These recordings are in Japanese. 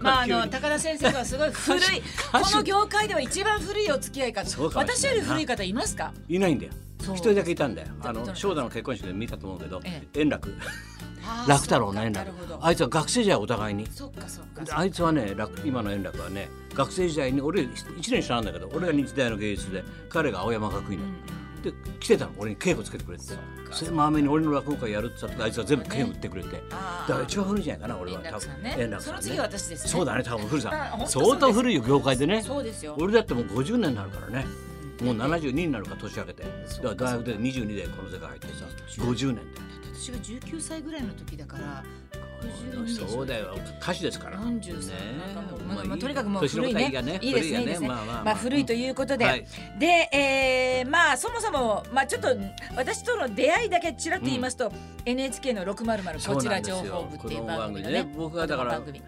まああの高田先生とはすごい古 いこの業界では一番古いお付き合いかそうかもしれな私よりい古い方いますかいないんだよそう一人だけいたんだよどなたあのですか正太の結婚式で見たと思うけどえ円楽あー楽太郎のそう円かな楽るほどあいつは学生時代お互いにそっかそっかであいつはね楽今の円楽はね学生時代に俺1年下なんだけど俺が日大の芸術で彼が青山学院だったで来てたの俺に稽古つけてくれてそっかそれまめに俺の落語会やるって言ったらあいつは全部剣打ってくれてだあーから一番古いんじゃないかな俺は円楽さんね多分円楽そさんのね次は私ですねそうだね多分古あさ本ん当そうです相当古いよ業界でねそうですよ俺だってもう50年になるからねもう72になるから年明けてそうだから大学で22でこの世界入ってさ50年だよ私が19歳ぐらいの時だから52でしょそうだよ歌手ですから四十歳ねなんかもうえまあまあまあとにかくもう年の古い方ねががいいですねいいですね古いがまあまあまあ古いとういうことで、はいで、えーまあそもそもまあちょっと私との出会いだけちらっと言いますと、NHK の600こちら情報部っていう番組のねこの番組ね僕がだからこの番組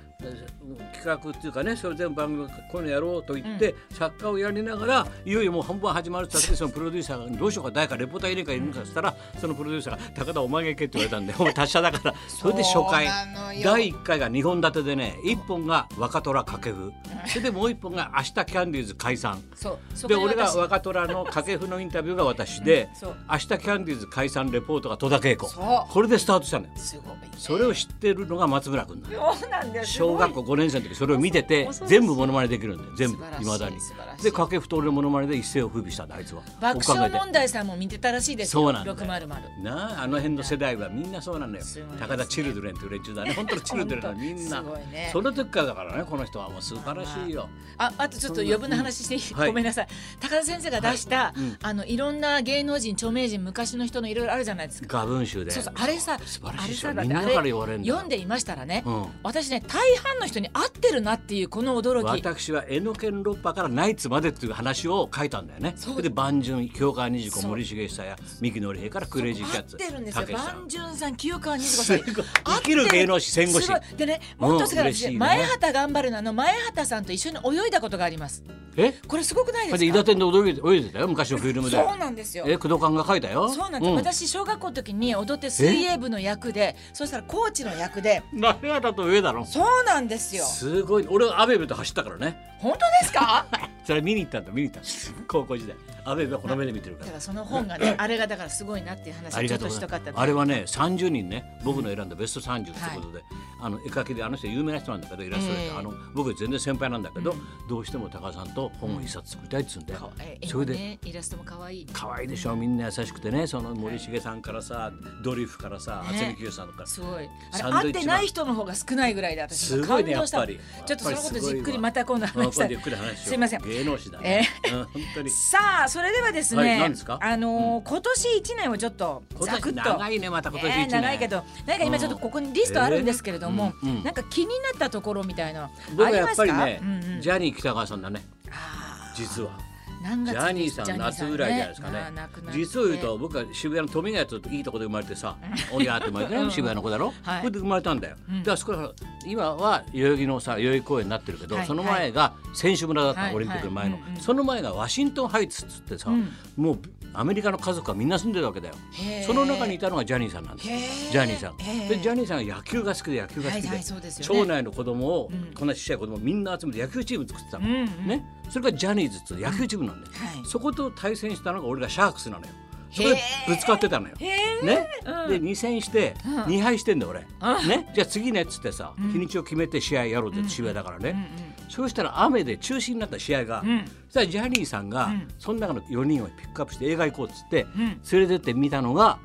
企画っていうかねそれ全部番組こういうのやろうと言って、作家をやりながらいよいよもう本番始まるって時そのプロデューサーがどうしようか誰かレポーターいるかいるかって言ったらそのプロデューサーが「高田お前が行け」って言 われたんでお前達者だからそれで初回そうなのよ第1回が2本立てでね1本が若虎掛布それでもう1本が「明日キャンディーズ解散」そうそこでに俺が私若虎の掛布のインタビューが私で うん「そう明日キャンディーズ解散レポート」が戸田恵子そうこれでスタートしたのよ。すごいねそれを知ってるのが松村君なのそうなんだよすごい小学校5年生の時それを見てて恐ろしい全部モノマネできるんだよ全部素晴らしいいまだに素晴らしいで掛布と俺のモノマネで一世を風靡したんだあいつは爆おか笑げで問題さんも見てたらしいですよそうなんだよ600なああの辺の世代はみんなそうなのよ、すごいですね高田チルドレンという連中だね本当のチルドレンだ 本当みんな、すごいねその時からだからねこの人はもう素晴らしいよ、ああとちょっと余分な話していい、うんはいごめんなさい高田先生が出した、いあのいろんな芸能人著名人昔の人のいろいろあるじゃないですか画文集でそうそうあれさ素晴らしいでしあょれさだっみんてなあれから言われるんだよ読んでいましたらね、うん私ね大半の人に合ってるなっていうこの驚き私は江ノ県六波からナイツまでっていう話を書いたんだよねそうそれで万順京川二子そう森重久や三木のり平からクレイジーキャッ合ツってるんですたよけしさん万順さん清川二子さんすごい合っ生てきる芸能人戦後史すごいでねもっとすごいうん嬉しい私ね前畑頑張るなの前畑さんと一緒に泳いだことがありますえこれすごくないですそれかで伊達天で泳いで泳いでたよ昔のフィルムでそうなんですよえ工藤官が書いたよそうなんです、私小学校の時に踊って水泳部の役でそしたらコーチの役で何がだと上だろそうなんですよすごい俺はアベベと走ったからね本当ですか それ見に行ったんだ見に行ったんだ高校時代アベベはこの目で見てるかだらからその本がねあれがだからすごいなっていう話あをりちょっがとうとごしたざいかまったすんであれはね30人ね僕の選んだベスト30ということで、あの絵描きであの人有名な人なんだけどイラストレータえー、えあの僕全然先輩なんだけど、どうしても高田さんと本を一冊作りたいっつうんで、かえそれでねイラストも可愛い可愛いでしょみんな優しくてねその森重さんからさドリフからさね渥美清さんからすごいあれサン合ドっイッてチマンない人の方が少ないぐらいで私すごいね感動したやっぱりちょっとそのことじっくりまた今度あ話し今た度ゆっくり話しようすいません芸能史だえね、うん本当にさあそれではですはいね、何ですかあのー今年一年をちょっと今ざくっ年と長いねまた今年一ね年、長いけどなんか今ちょっとここにリストあるんですけれども、うんえーうんうんなんか気になったところみたいな僕あはりやまっすかぱりね、うんうんジャニー北川さんだねあー実は何ジ月ャニにーさん夏ぐらいじゃないですかねジャニーさんねあー亡くなって実を言うと僕は渋谷の富ヶ谷といいとこで生まれ てさおりゃーって生まれてね渋谷の子だろ、はいこれで生まれたんだよ、んであそこは今は代々木のさ代々木公園になってるけど、はいその前が選手村だったの、はいオリンピックの前の、はいうんうんその前がワシントンハイツっつってさ、んもうアメリカの家族がみんな住んでるわけだよへーその中にいたのがジャニーさんなんですよへージャニーさんへーでジャニーさんが野球が好きで野球が好きで,、はいはいそうですよね町内の子供を、こんなちっちゃい子供をみんな集めて野球チーム作ってたうの、んうんねそれがジャニーズっていう野球チームなんだよ、うんはいそこと対戦したのが俺がシャークスなのよそこでへーぶつかってたのよへーね、で2戦して2敗してんだよ俺、ね、じゃあ次ねっつってさ、日にちを決めて試合やろうって渋谷だからね、 そうしたら雨で中止になった試合が、そしたらジャニーさんが、その中の4人をピックアップして映画行こうっつって、連れてって見たのが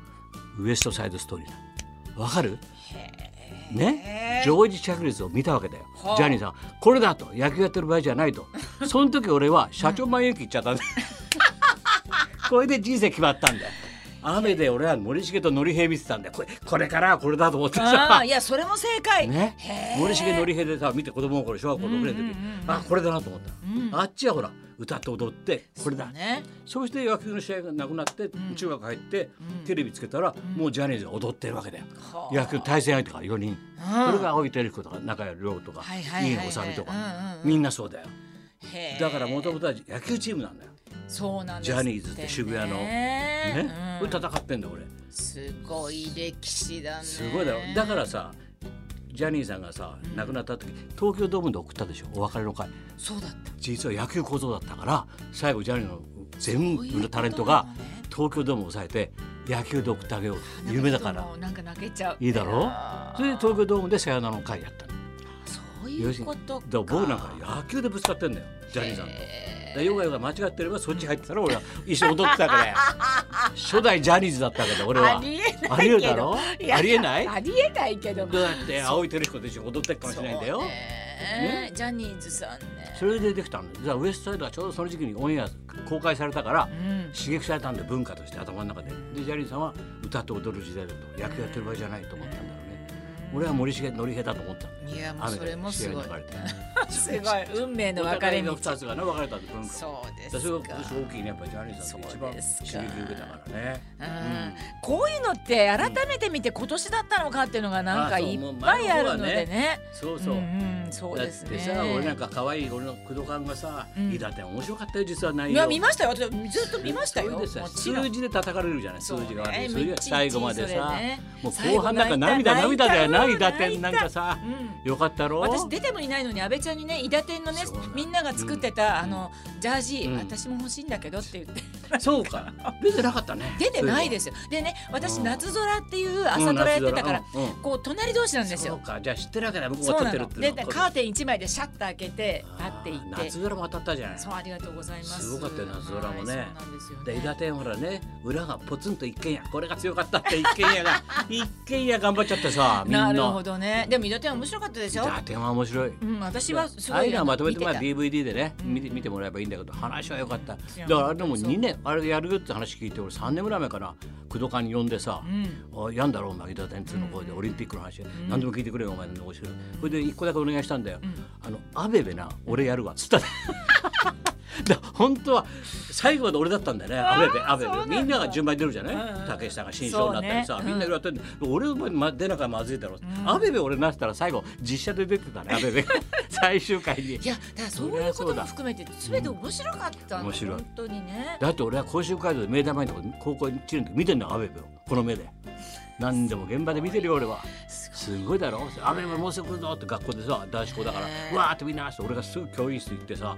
ウエストサイドストーリーなのわかるね、常時着率を見たわけだよ、ジャニーさんこれだと野球やってる場合じゃない とその時俺は社長前行き行っちゃったんだよ、これで人生決まったんだよ雨で俺は森重と典平見てたんだよこれこれからはこれだと思ってあさーいやそれも正解、ね、森重典平でさ見て子供の頃小学校6年の時、あこれだなと思った、あっちはほら歌って踊ってこれだそ,、ねして野球の試合がなくなって、中学入って、テレビつけたら、もうジャニーズが踊ってるわけだよ、はあ野球の対戦相手が4人、これが青井輝彦とか中谷亮とかはいはいはい飯はい野修とか、うんうんうんみんなそうだよへーだからもともとは野球チームなんだよ、そうなんですジャニーズって渋谷のねねうこんれ戦ってんだよ俺すごい歴史だねすごいだろだからさジャニーさんがさ亡くなった時、東京ドームで送ったでしょお別れの会そうだった実は野球小僧だったから最後ジャニーの全そういうこと部なののねタレントが東京ドームを抑えて野球で送ってあげよう夢だからもうなんか泣けちゃういいだろあーそれで東京ドームでさよならの会やったのそういうことかだから僕なんか野球でぶつかってんだよジャニーさんと。だからヨガヨガ間違ってればそっち入ってたら俺は一緒に踊って たわけで初代ジャニーズだったわけど俺はありえないけどありえるだろやありえないありえないけどどうやって青い照彦と一緒に踊ってるかもしれないんだよそうねジャニーズさんねそれでできたんだよだからウエストサイドはちょうどその時期にオンエア公開されたからうん刺激されたんで文化として頭の中ででジャニーさんは歌って踊る時代だと野球やってる場合じゃないと思ったんだろうね俺は森重典平だと思ったのいやもうそれもすごい雨で試合すごい運命のの分分かかれれ道 道 お互いが2つがね分かれたんで文化そうでだからそすれがか今年大きいねやっぱりジャニーさんが一番そう刺です激かを受けたからねううんんこういうのって改めて見て今年だったのかっていうのがなんかあそういっぱいあるのでねそううそう、んうんそうですねだってさ俺なんか可愛い俺の工藤官がさ「ん伊達面白かったよ実は内い容」や見ましたよ私ずっと見ましたよそもれでさちろん数字で叩かれるじゃない数字が悪い、そそうねれで最後まで一日さ、それねもう後半なんか涙最後涙泣いただよな伊泣い達たなんかさ、うよかったろ私出てもいないのに安倍ちゃんにね伊達天のねそうなんみんなが作ってた、あのジャージ、うん私も欲しいんだけどって言ってそうか出てなかったね出てないですすよでね私うん夏空っていう朝ドラやってたから、うん夏空こう隣同士なんですそうよかじゃあ知ってるわけだ僕そがう撮っなてるっのてででカーテテン一枚でシャッター開けて立っていって夏空も当たったじゃないそうありがとうございますすごかったよ夏空もねはいそうなんですよねで伊達ほらね裏がポツンと一軒家これが強かったって一軒家 が一軒家頑張っちゃってさみんななるほどねでも伊達は面白かったでし伊ょ達は面白いうん私はすあごあいいうのはまとめてまあ見た DVD でね見て見てもらえばいいんだけど話は良かったいやだからでもそう2年あれやるよって話聞いて俺3年ぐらい前かな工藤館に呼んでさん「あやんだろお前伊達天通の声でオリンピックの話何でも聞いてくれよお前のお城」それで1個だけお願いしたんだよ「あのアベベな俺やるわ」っつったね だから本当は最後まで俺だったんだよねアベベアベそうなんベだみんなが順番に出るじゃないうんうん竹下が新章になったりそさうねみんな色々やってんだよ俺お前ま出なきゃまずいだろアベベ俺なったら最後実写で出てたねアベベ 最終回にいやだからそういうことも含めて全て面白かったの面白い本当にねだって俺は甲州街道で明大前のとこ高校1年の時見てんのアベベをこの目で何でも現場で見てるよ俺はすごいだろアベベもうすぐ来るぞって学校でさ男子校だからねうわーってみんなして俺がすぐ教員室行ってさ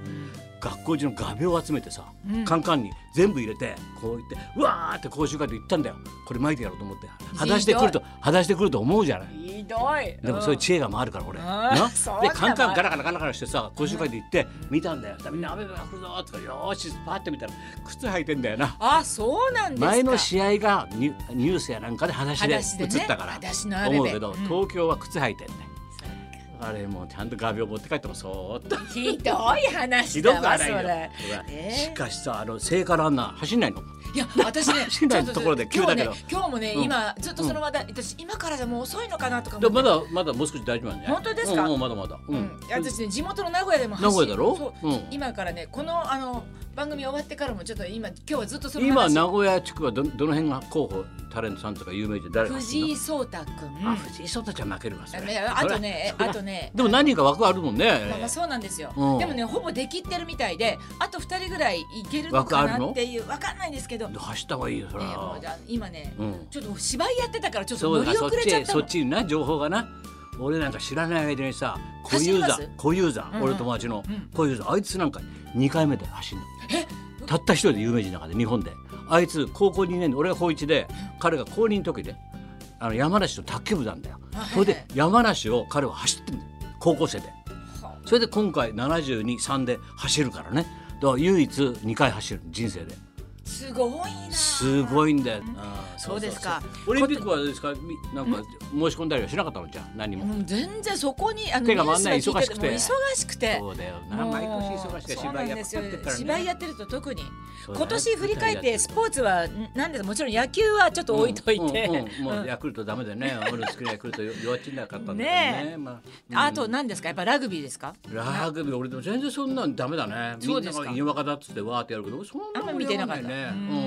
学校中の画鋲を集めてさ、カンカンに全部入れてこう言ってうわーって甲州街道行ったんだよこれ巻いてやろうと思って裸足で来ると裸足で来ると思うじゃないひどいでもそういう知恵が回るから俺。んなそうでだなカンカンガラガラガラガラしてさ講習会で行って見たんだよ。みんな雨が降るぞーとかよーしパって見たら靴履いてんだよな。あそうなんですか前の試合がニュニュースやなんかで裸足で裸足でね映ったから裸足の雨で思うけどうん東京は靴履いてんだよ。あれもうちゃんと画鋲持って帰ってもそーっと。ひどい話ひどだくわはそないよ。ほれらしかしさあの聖火ランナー走んないの。いや私 ね市内のところでちょっ急だけ今ど日ね今日もねうん今ずっとその話題私今からじゃもう遅いのかなとかで思もまってだまだもう少し大丈夫なんじゃない。本当ですかうんうんまだまだ。ううんん。私ね地元の名古屋でも走名古屋だろそううん今からねこのあの番組終わってからもちょっと今今日はずっとその今話名古屋地区はどどの辺が候補タレントさんとか有名人誰が走るの藤井聡太君あ、藤井聡太ちゃん負けるわそれねあとねそれあとねでも何人か枠あるもんねまあ、まあそうなんですよ、うんでもねほぼ出きってるみたいであと2人ぐらいいけるのか枠あるなのっていうわかんないんですけど、え走った方がいいよそれーもはうじゃあ今ね、うんちょっと芝居やってたからちょっそと乗うだりそ遅っれちゃっちたそのっちにな情報がな俺なんか知らない間にさ小走り遊ます三小遊三、うん俺友達のうん小遊三あいつなんか2回目で走るのたった一人で有名人の中で日本であいつ高校2年で俺が高1で彼が高2の時であの山梨の卓球部なんだよあそれはいで山梨を彼は走ってんだよ高校生で。はそれで今回723で走るからねだから唯一2回走る人生ですごいなすいごいんだよ、あーそうですかオリンピックはどうですかみなんか申し込んだりはしなかったのじゃあ何も、もう全然そこにあの手が回んないニュースが聞いても忙しくて忙しくてそうだよなもう毎年忙しいそう芝なん居やでっすてよっからね芝居やってると特にそうだね今年振り返ってスポーツはんなんですもちろん野球はちょっと置いといて、うんうんうんもうヤクルトダメだよね俺の好きなヤクルトよ弱っちんなかったんねだけどねえまああと何ですかやっぱラグビーですかラグビー俺でも全然そんなんダメだねみそうんでなすかが犬若だっつってわーってやるけどそんあなんま見てなかった盛り上がんね。うんう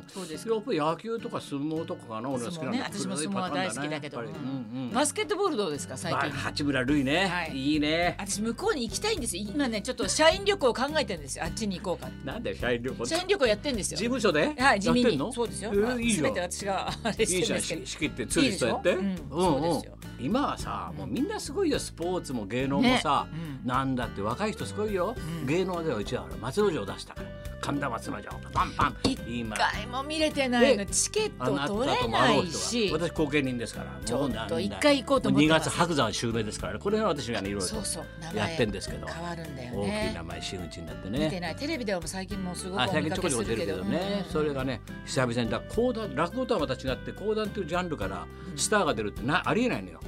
ん。そうですやっぱり野球とか相撲とかかな俺は好きなんだ。相撲ね私も相撲は大好きだけどやっぱりうんうん。バスケットボールどうですか最まあ近。八村塁ね、はいい、いね。私向こうに行きたいんですよ。今ねちょっと社員旅行を考えてるんですよ。あっちに行こうかって。なんだよ社員旅行。社事員旅行やってんですよ。務所でやってんの？はい地味に。そうですよ。えーいいすじゃべん。てい私があれしているんじゃでん。すけど仕。仕切ってツイストやって。いいでしょうんそうですよ今はさ、もうみんなすごいよスポーツも芸能もさ、ねうんなんだって若い人すごいよ。うん芸能ではうちはほら松之丞出したから。神田松之丞パンパン。一今回も見れてないの。でチケあなッたトと取れもあなろうい人はし。私後見人ですからちょっともうなんだ一回行こうと思ってもます2月白山襲名ですからねこれは私がねいろいろとそうそう名前やってんですけど変わるんだよ大きいね名。前真打ちになって見てねないテレビではもう最近もうすごくあお最見近ちかけょこちょこす出るけるけどどねそれががね久々にだ講談落語とはまた違って講談っていうジャンルからスターが出るってなありえないのよ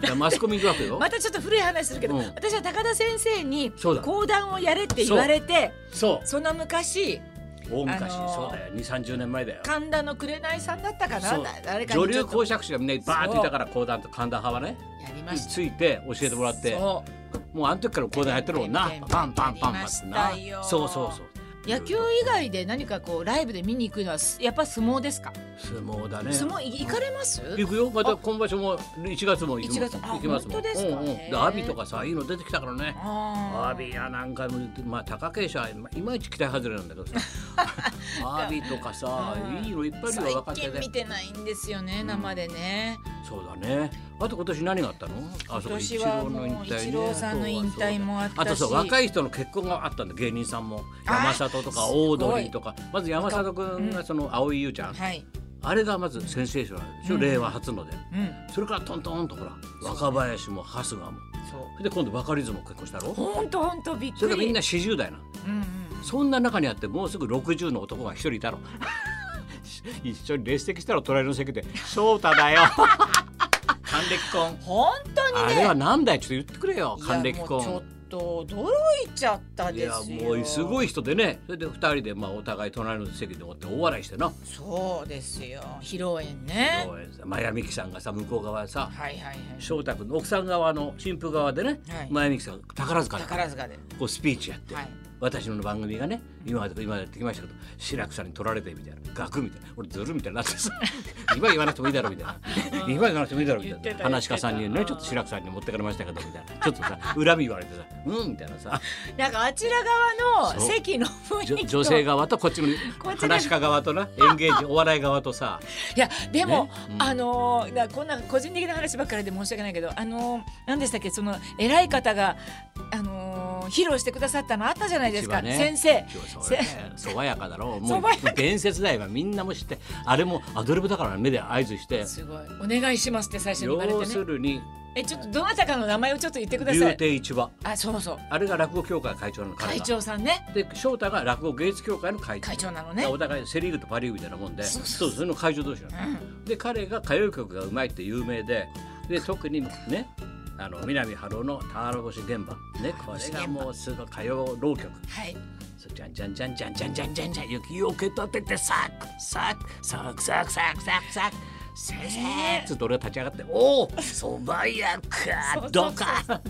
だからマスコミ行くわけ よまたちょっと古い話するけど、うん私は高田先生にそうだ講談をやれって言われてそその昔う大昔あのーそうだよ2 3 0年前だよ神田の紅さんだったかなそう誰かに女流講講釈師がみんなバーっていたから講談と神田派はねやりましたついて教えてもらってそうもうあの時から講談やってるもんなやりましたパンパンパンパンってなやりましたよそうそうそう野球以外で何かこうライブで見に行くのはすやっぱ相撲ですか、相撲だね相撲い行かれます行くよまた今場所も1月も行1きま月すあ行きますも本当んですかうんうんへでえ阿炎とかさいいの出てきたからね阿あ炎やなんかもまあ貴景勝はいまいち期待外れなんだけどさ 阿炎とかさうんいいのいっぱいいるよ最若手近で見てないんですよね、生でねそうだねあと今年何があったのあ今そこ年はもうイチローの引退ねイチローさんの引退もあったしあとそう若い人の結婚があったんだ芸人さんも山里とかオードリーとかまず山里君がその蒼井優ちゃんはい、あれがまずセンセーショナルでしょ、うん令和初のでうん、それからトントンとほら若林も春日もそうそれで今度バカリズムも結婚したろほんとほんとびっそくれがりみんな40代なのうんうんそんな中にあってもうすぐ60の男が一人いたの 一緒に列席したら隣の席で「翔太だよ」「還暦婚本当」にあねれはなんだいちょっと言ってくれよ還暦いやもう婚ちょっと驚いちゃったいでやすよもうすごいい人でねそれで二人でまあお互い隣の席で終わって大笑いしてなそうですよ披露宴ねそうですマヤミキさんがさ向こう側さはいはいはい翔太君の奥さん側の新婦側でね、はい前美樹さん宝塚で宝塚でこうスピーチやって、はい私の番組がね今まで今までやってきましたけど志らくさんに取られてみたいな額みたいな俺ずるみたいになってさ 今言わなくてもいいだろみたい な今言わなくてもいいだろみ言ったていたな話し家さんに言ってねたちょっと志らくさんに持ってかれましたけどみたいなちょっとさ恨み言われてさうんみたいな さなんかあちら側のそう席の雰囲じょ気と女性側とこっちのこっちが話し家側となエンゲージお笑い側とさいやでも、ねうんあのーだこんな個人的な話ばっかりで申し訳ないけどあのー何でしたっけその偉い方があのー披露してくださったのあったじゃないですか、千葉ね先生そうよね爽やかだろうも爽うやか伝説だよ今みんなも知ってあれもアドリブだから目で合図してすごいお願いしますって最初に言われて要ねするにえちょっとどなたかの名前をちょっと言ってくださ竜い亭市場あそうそうあれが落語協会会長なの彼会が長さんねで翔太が落語芸術協会の会長会長なのだねからお互いセ・リーグとパ・リーグみたいなもんでそうそうそうそれの会長同士なの、で彼が歌謡曲がうまいって有名でで特にねあの南春夫の「俵星現場」ねこれがもうすごい歌謡浪曲はいそうじゃんじゃんじゃんじゃんじゃんじゃんじゃんじゃん雪を受け取ってってサクサクサクサクサクサクサク先生つって俺が立ち上がって「おおそば屋かどうか」だよ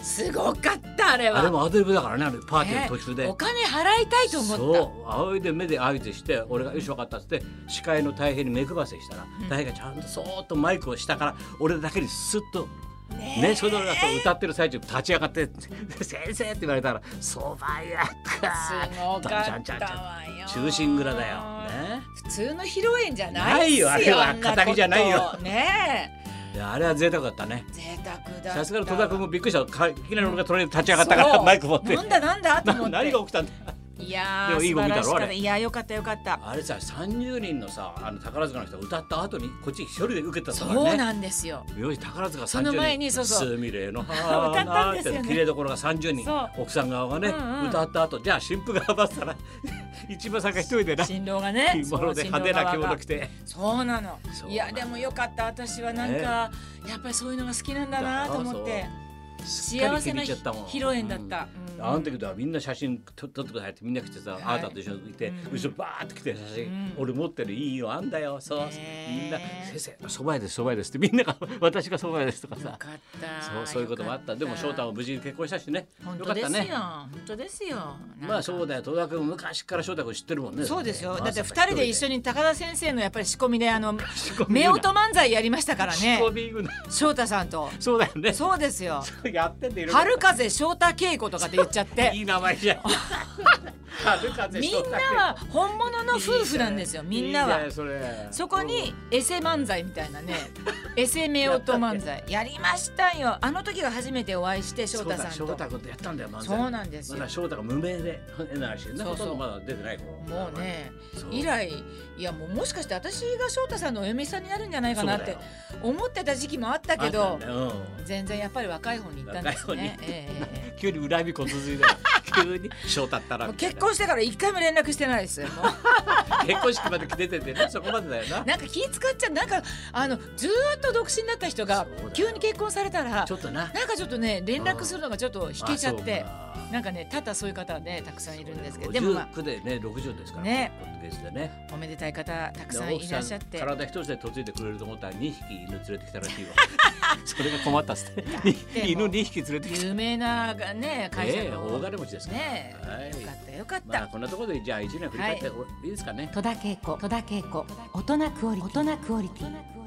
すごかったあれはあれもアドリブだからねあのパーティーの途中ねでお。金払いたいと思ったそう青いで目で合図して俺が「よし分かった」っつって司会の大平に目配せしたら大平がちゃんとそーっとマイクを下から俺だけにスッと。ねそれで俺がそう歌ってる最中立ち上がって「先生」って言われたら「そば屋か」すごかじゃっんじゃんたじゃんわよ中心蔵だよ。ね普通の披露宴じゃないっすないよあれはんなこと仇じゃないよねいやあれは贅沢だったねえ贅沢だったわさすがの戸田君もびっくりしたかいきなり俺が隣に立ち上がったからそうマイク持ってなんだなんだと思っなて何が起きたんだいやーでもいい子見たろ素晴らしかったあれいやよかったよかったあれさ30人のさあの宝塚の人が歌った後にこっち一人で受けたとかねそうなんですよよし宝塚30人その前にそうそうスミレのあ 歌ったんですよね綺麗どころが30人そう奥さん側がね、うんうん歌った後じゃあ新婦側だったら 一番さんが一人でな 着新郎がね物でそう派手な着新郎物が着てそうなのそういやでもよかった私はなんか、やっぱりそういうのが好きなんだなと思って、幸せな披露宴だった、うんあの時はみんな写真撮撮ってくださいってみんな来てさ、いあなたと一緒にいて、うん後ろバーって来て写真、うん俺持ってるいいよあんだよそう、ねえみんな先生そば屋ですそば屋ですってみ んなが私がそば屋ですとかよさかったそうそういうこともあったでも翔太も無事に結婚したしね本よ当かっでたすよね本当ですよまあそうだだよ戸田君昔から翔太君知ってるもんねそうですよまあだって二人で一緒に高田先生のやっぱり仕込みであの夫婦漫才やりましたからね仕込み行くな翔太さんとそうだよねそうですよやってんでいろいろ春風翔太稽古とかって言っちゃっいてい名 前じゃん春風み翔太んなは本物の夫婦なんですよみんないいはねそれそこにエセ漫才みたいな ねエセ夫婦漫才やりましたよあの時が初めてお会いして翔太さん翔と太君とやったんだよ漫才そうなんですよまだ翔太が無名で変な話そねうそうほとんどまだ出てない頃もうねそう以来いやもうもしかして私が翔太さんのお嫁さんになるんじゃないかなっそうてだよ思ってた時期もあったあけったどんだようん全然やっぱり若い方に行ったんです若い方にね行っ。たええええ急に恨みこつついたよ 急に翔太 ったらもうみたい結な婚してから一回も連絡してない です。もう結婚式まで出ててねそこまでだよななんか気使っちゃうなんかあのずーっと独身だった人がそうだよ急に結婚されたらちょっとななんかちょっとね連絡するのがちょっと引けちゃってあそうかなんかね多々そういう方ねたくさんいるんですけどででももまあ59でね60ですからねポッドキャストでねおめでたい方たくでさん奥いらさっしゃっんて。体一つで嫁いでくれると思ったら2匹犬連れてきたらし いわそれが困ったっすねもう犬2匹連れてきた有名ながね会社ええの大金持ちですからねえ、はいよかったよかった、まあこんなところでじゃあ一年振り返っておいいですかね戸田恵子戸田恵子大人クオリティ大人クオリティ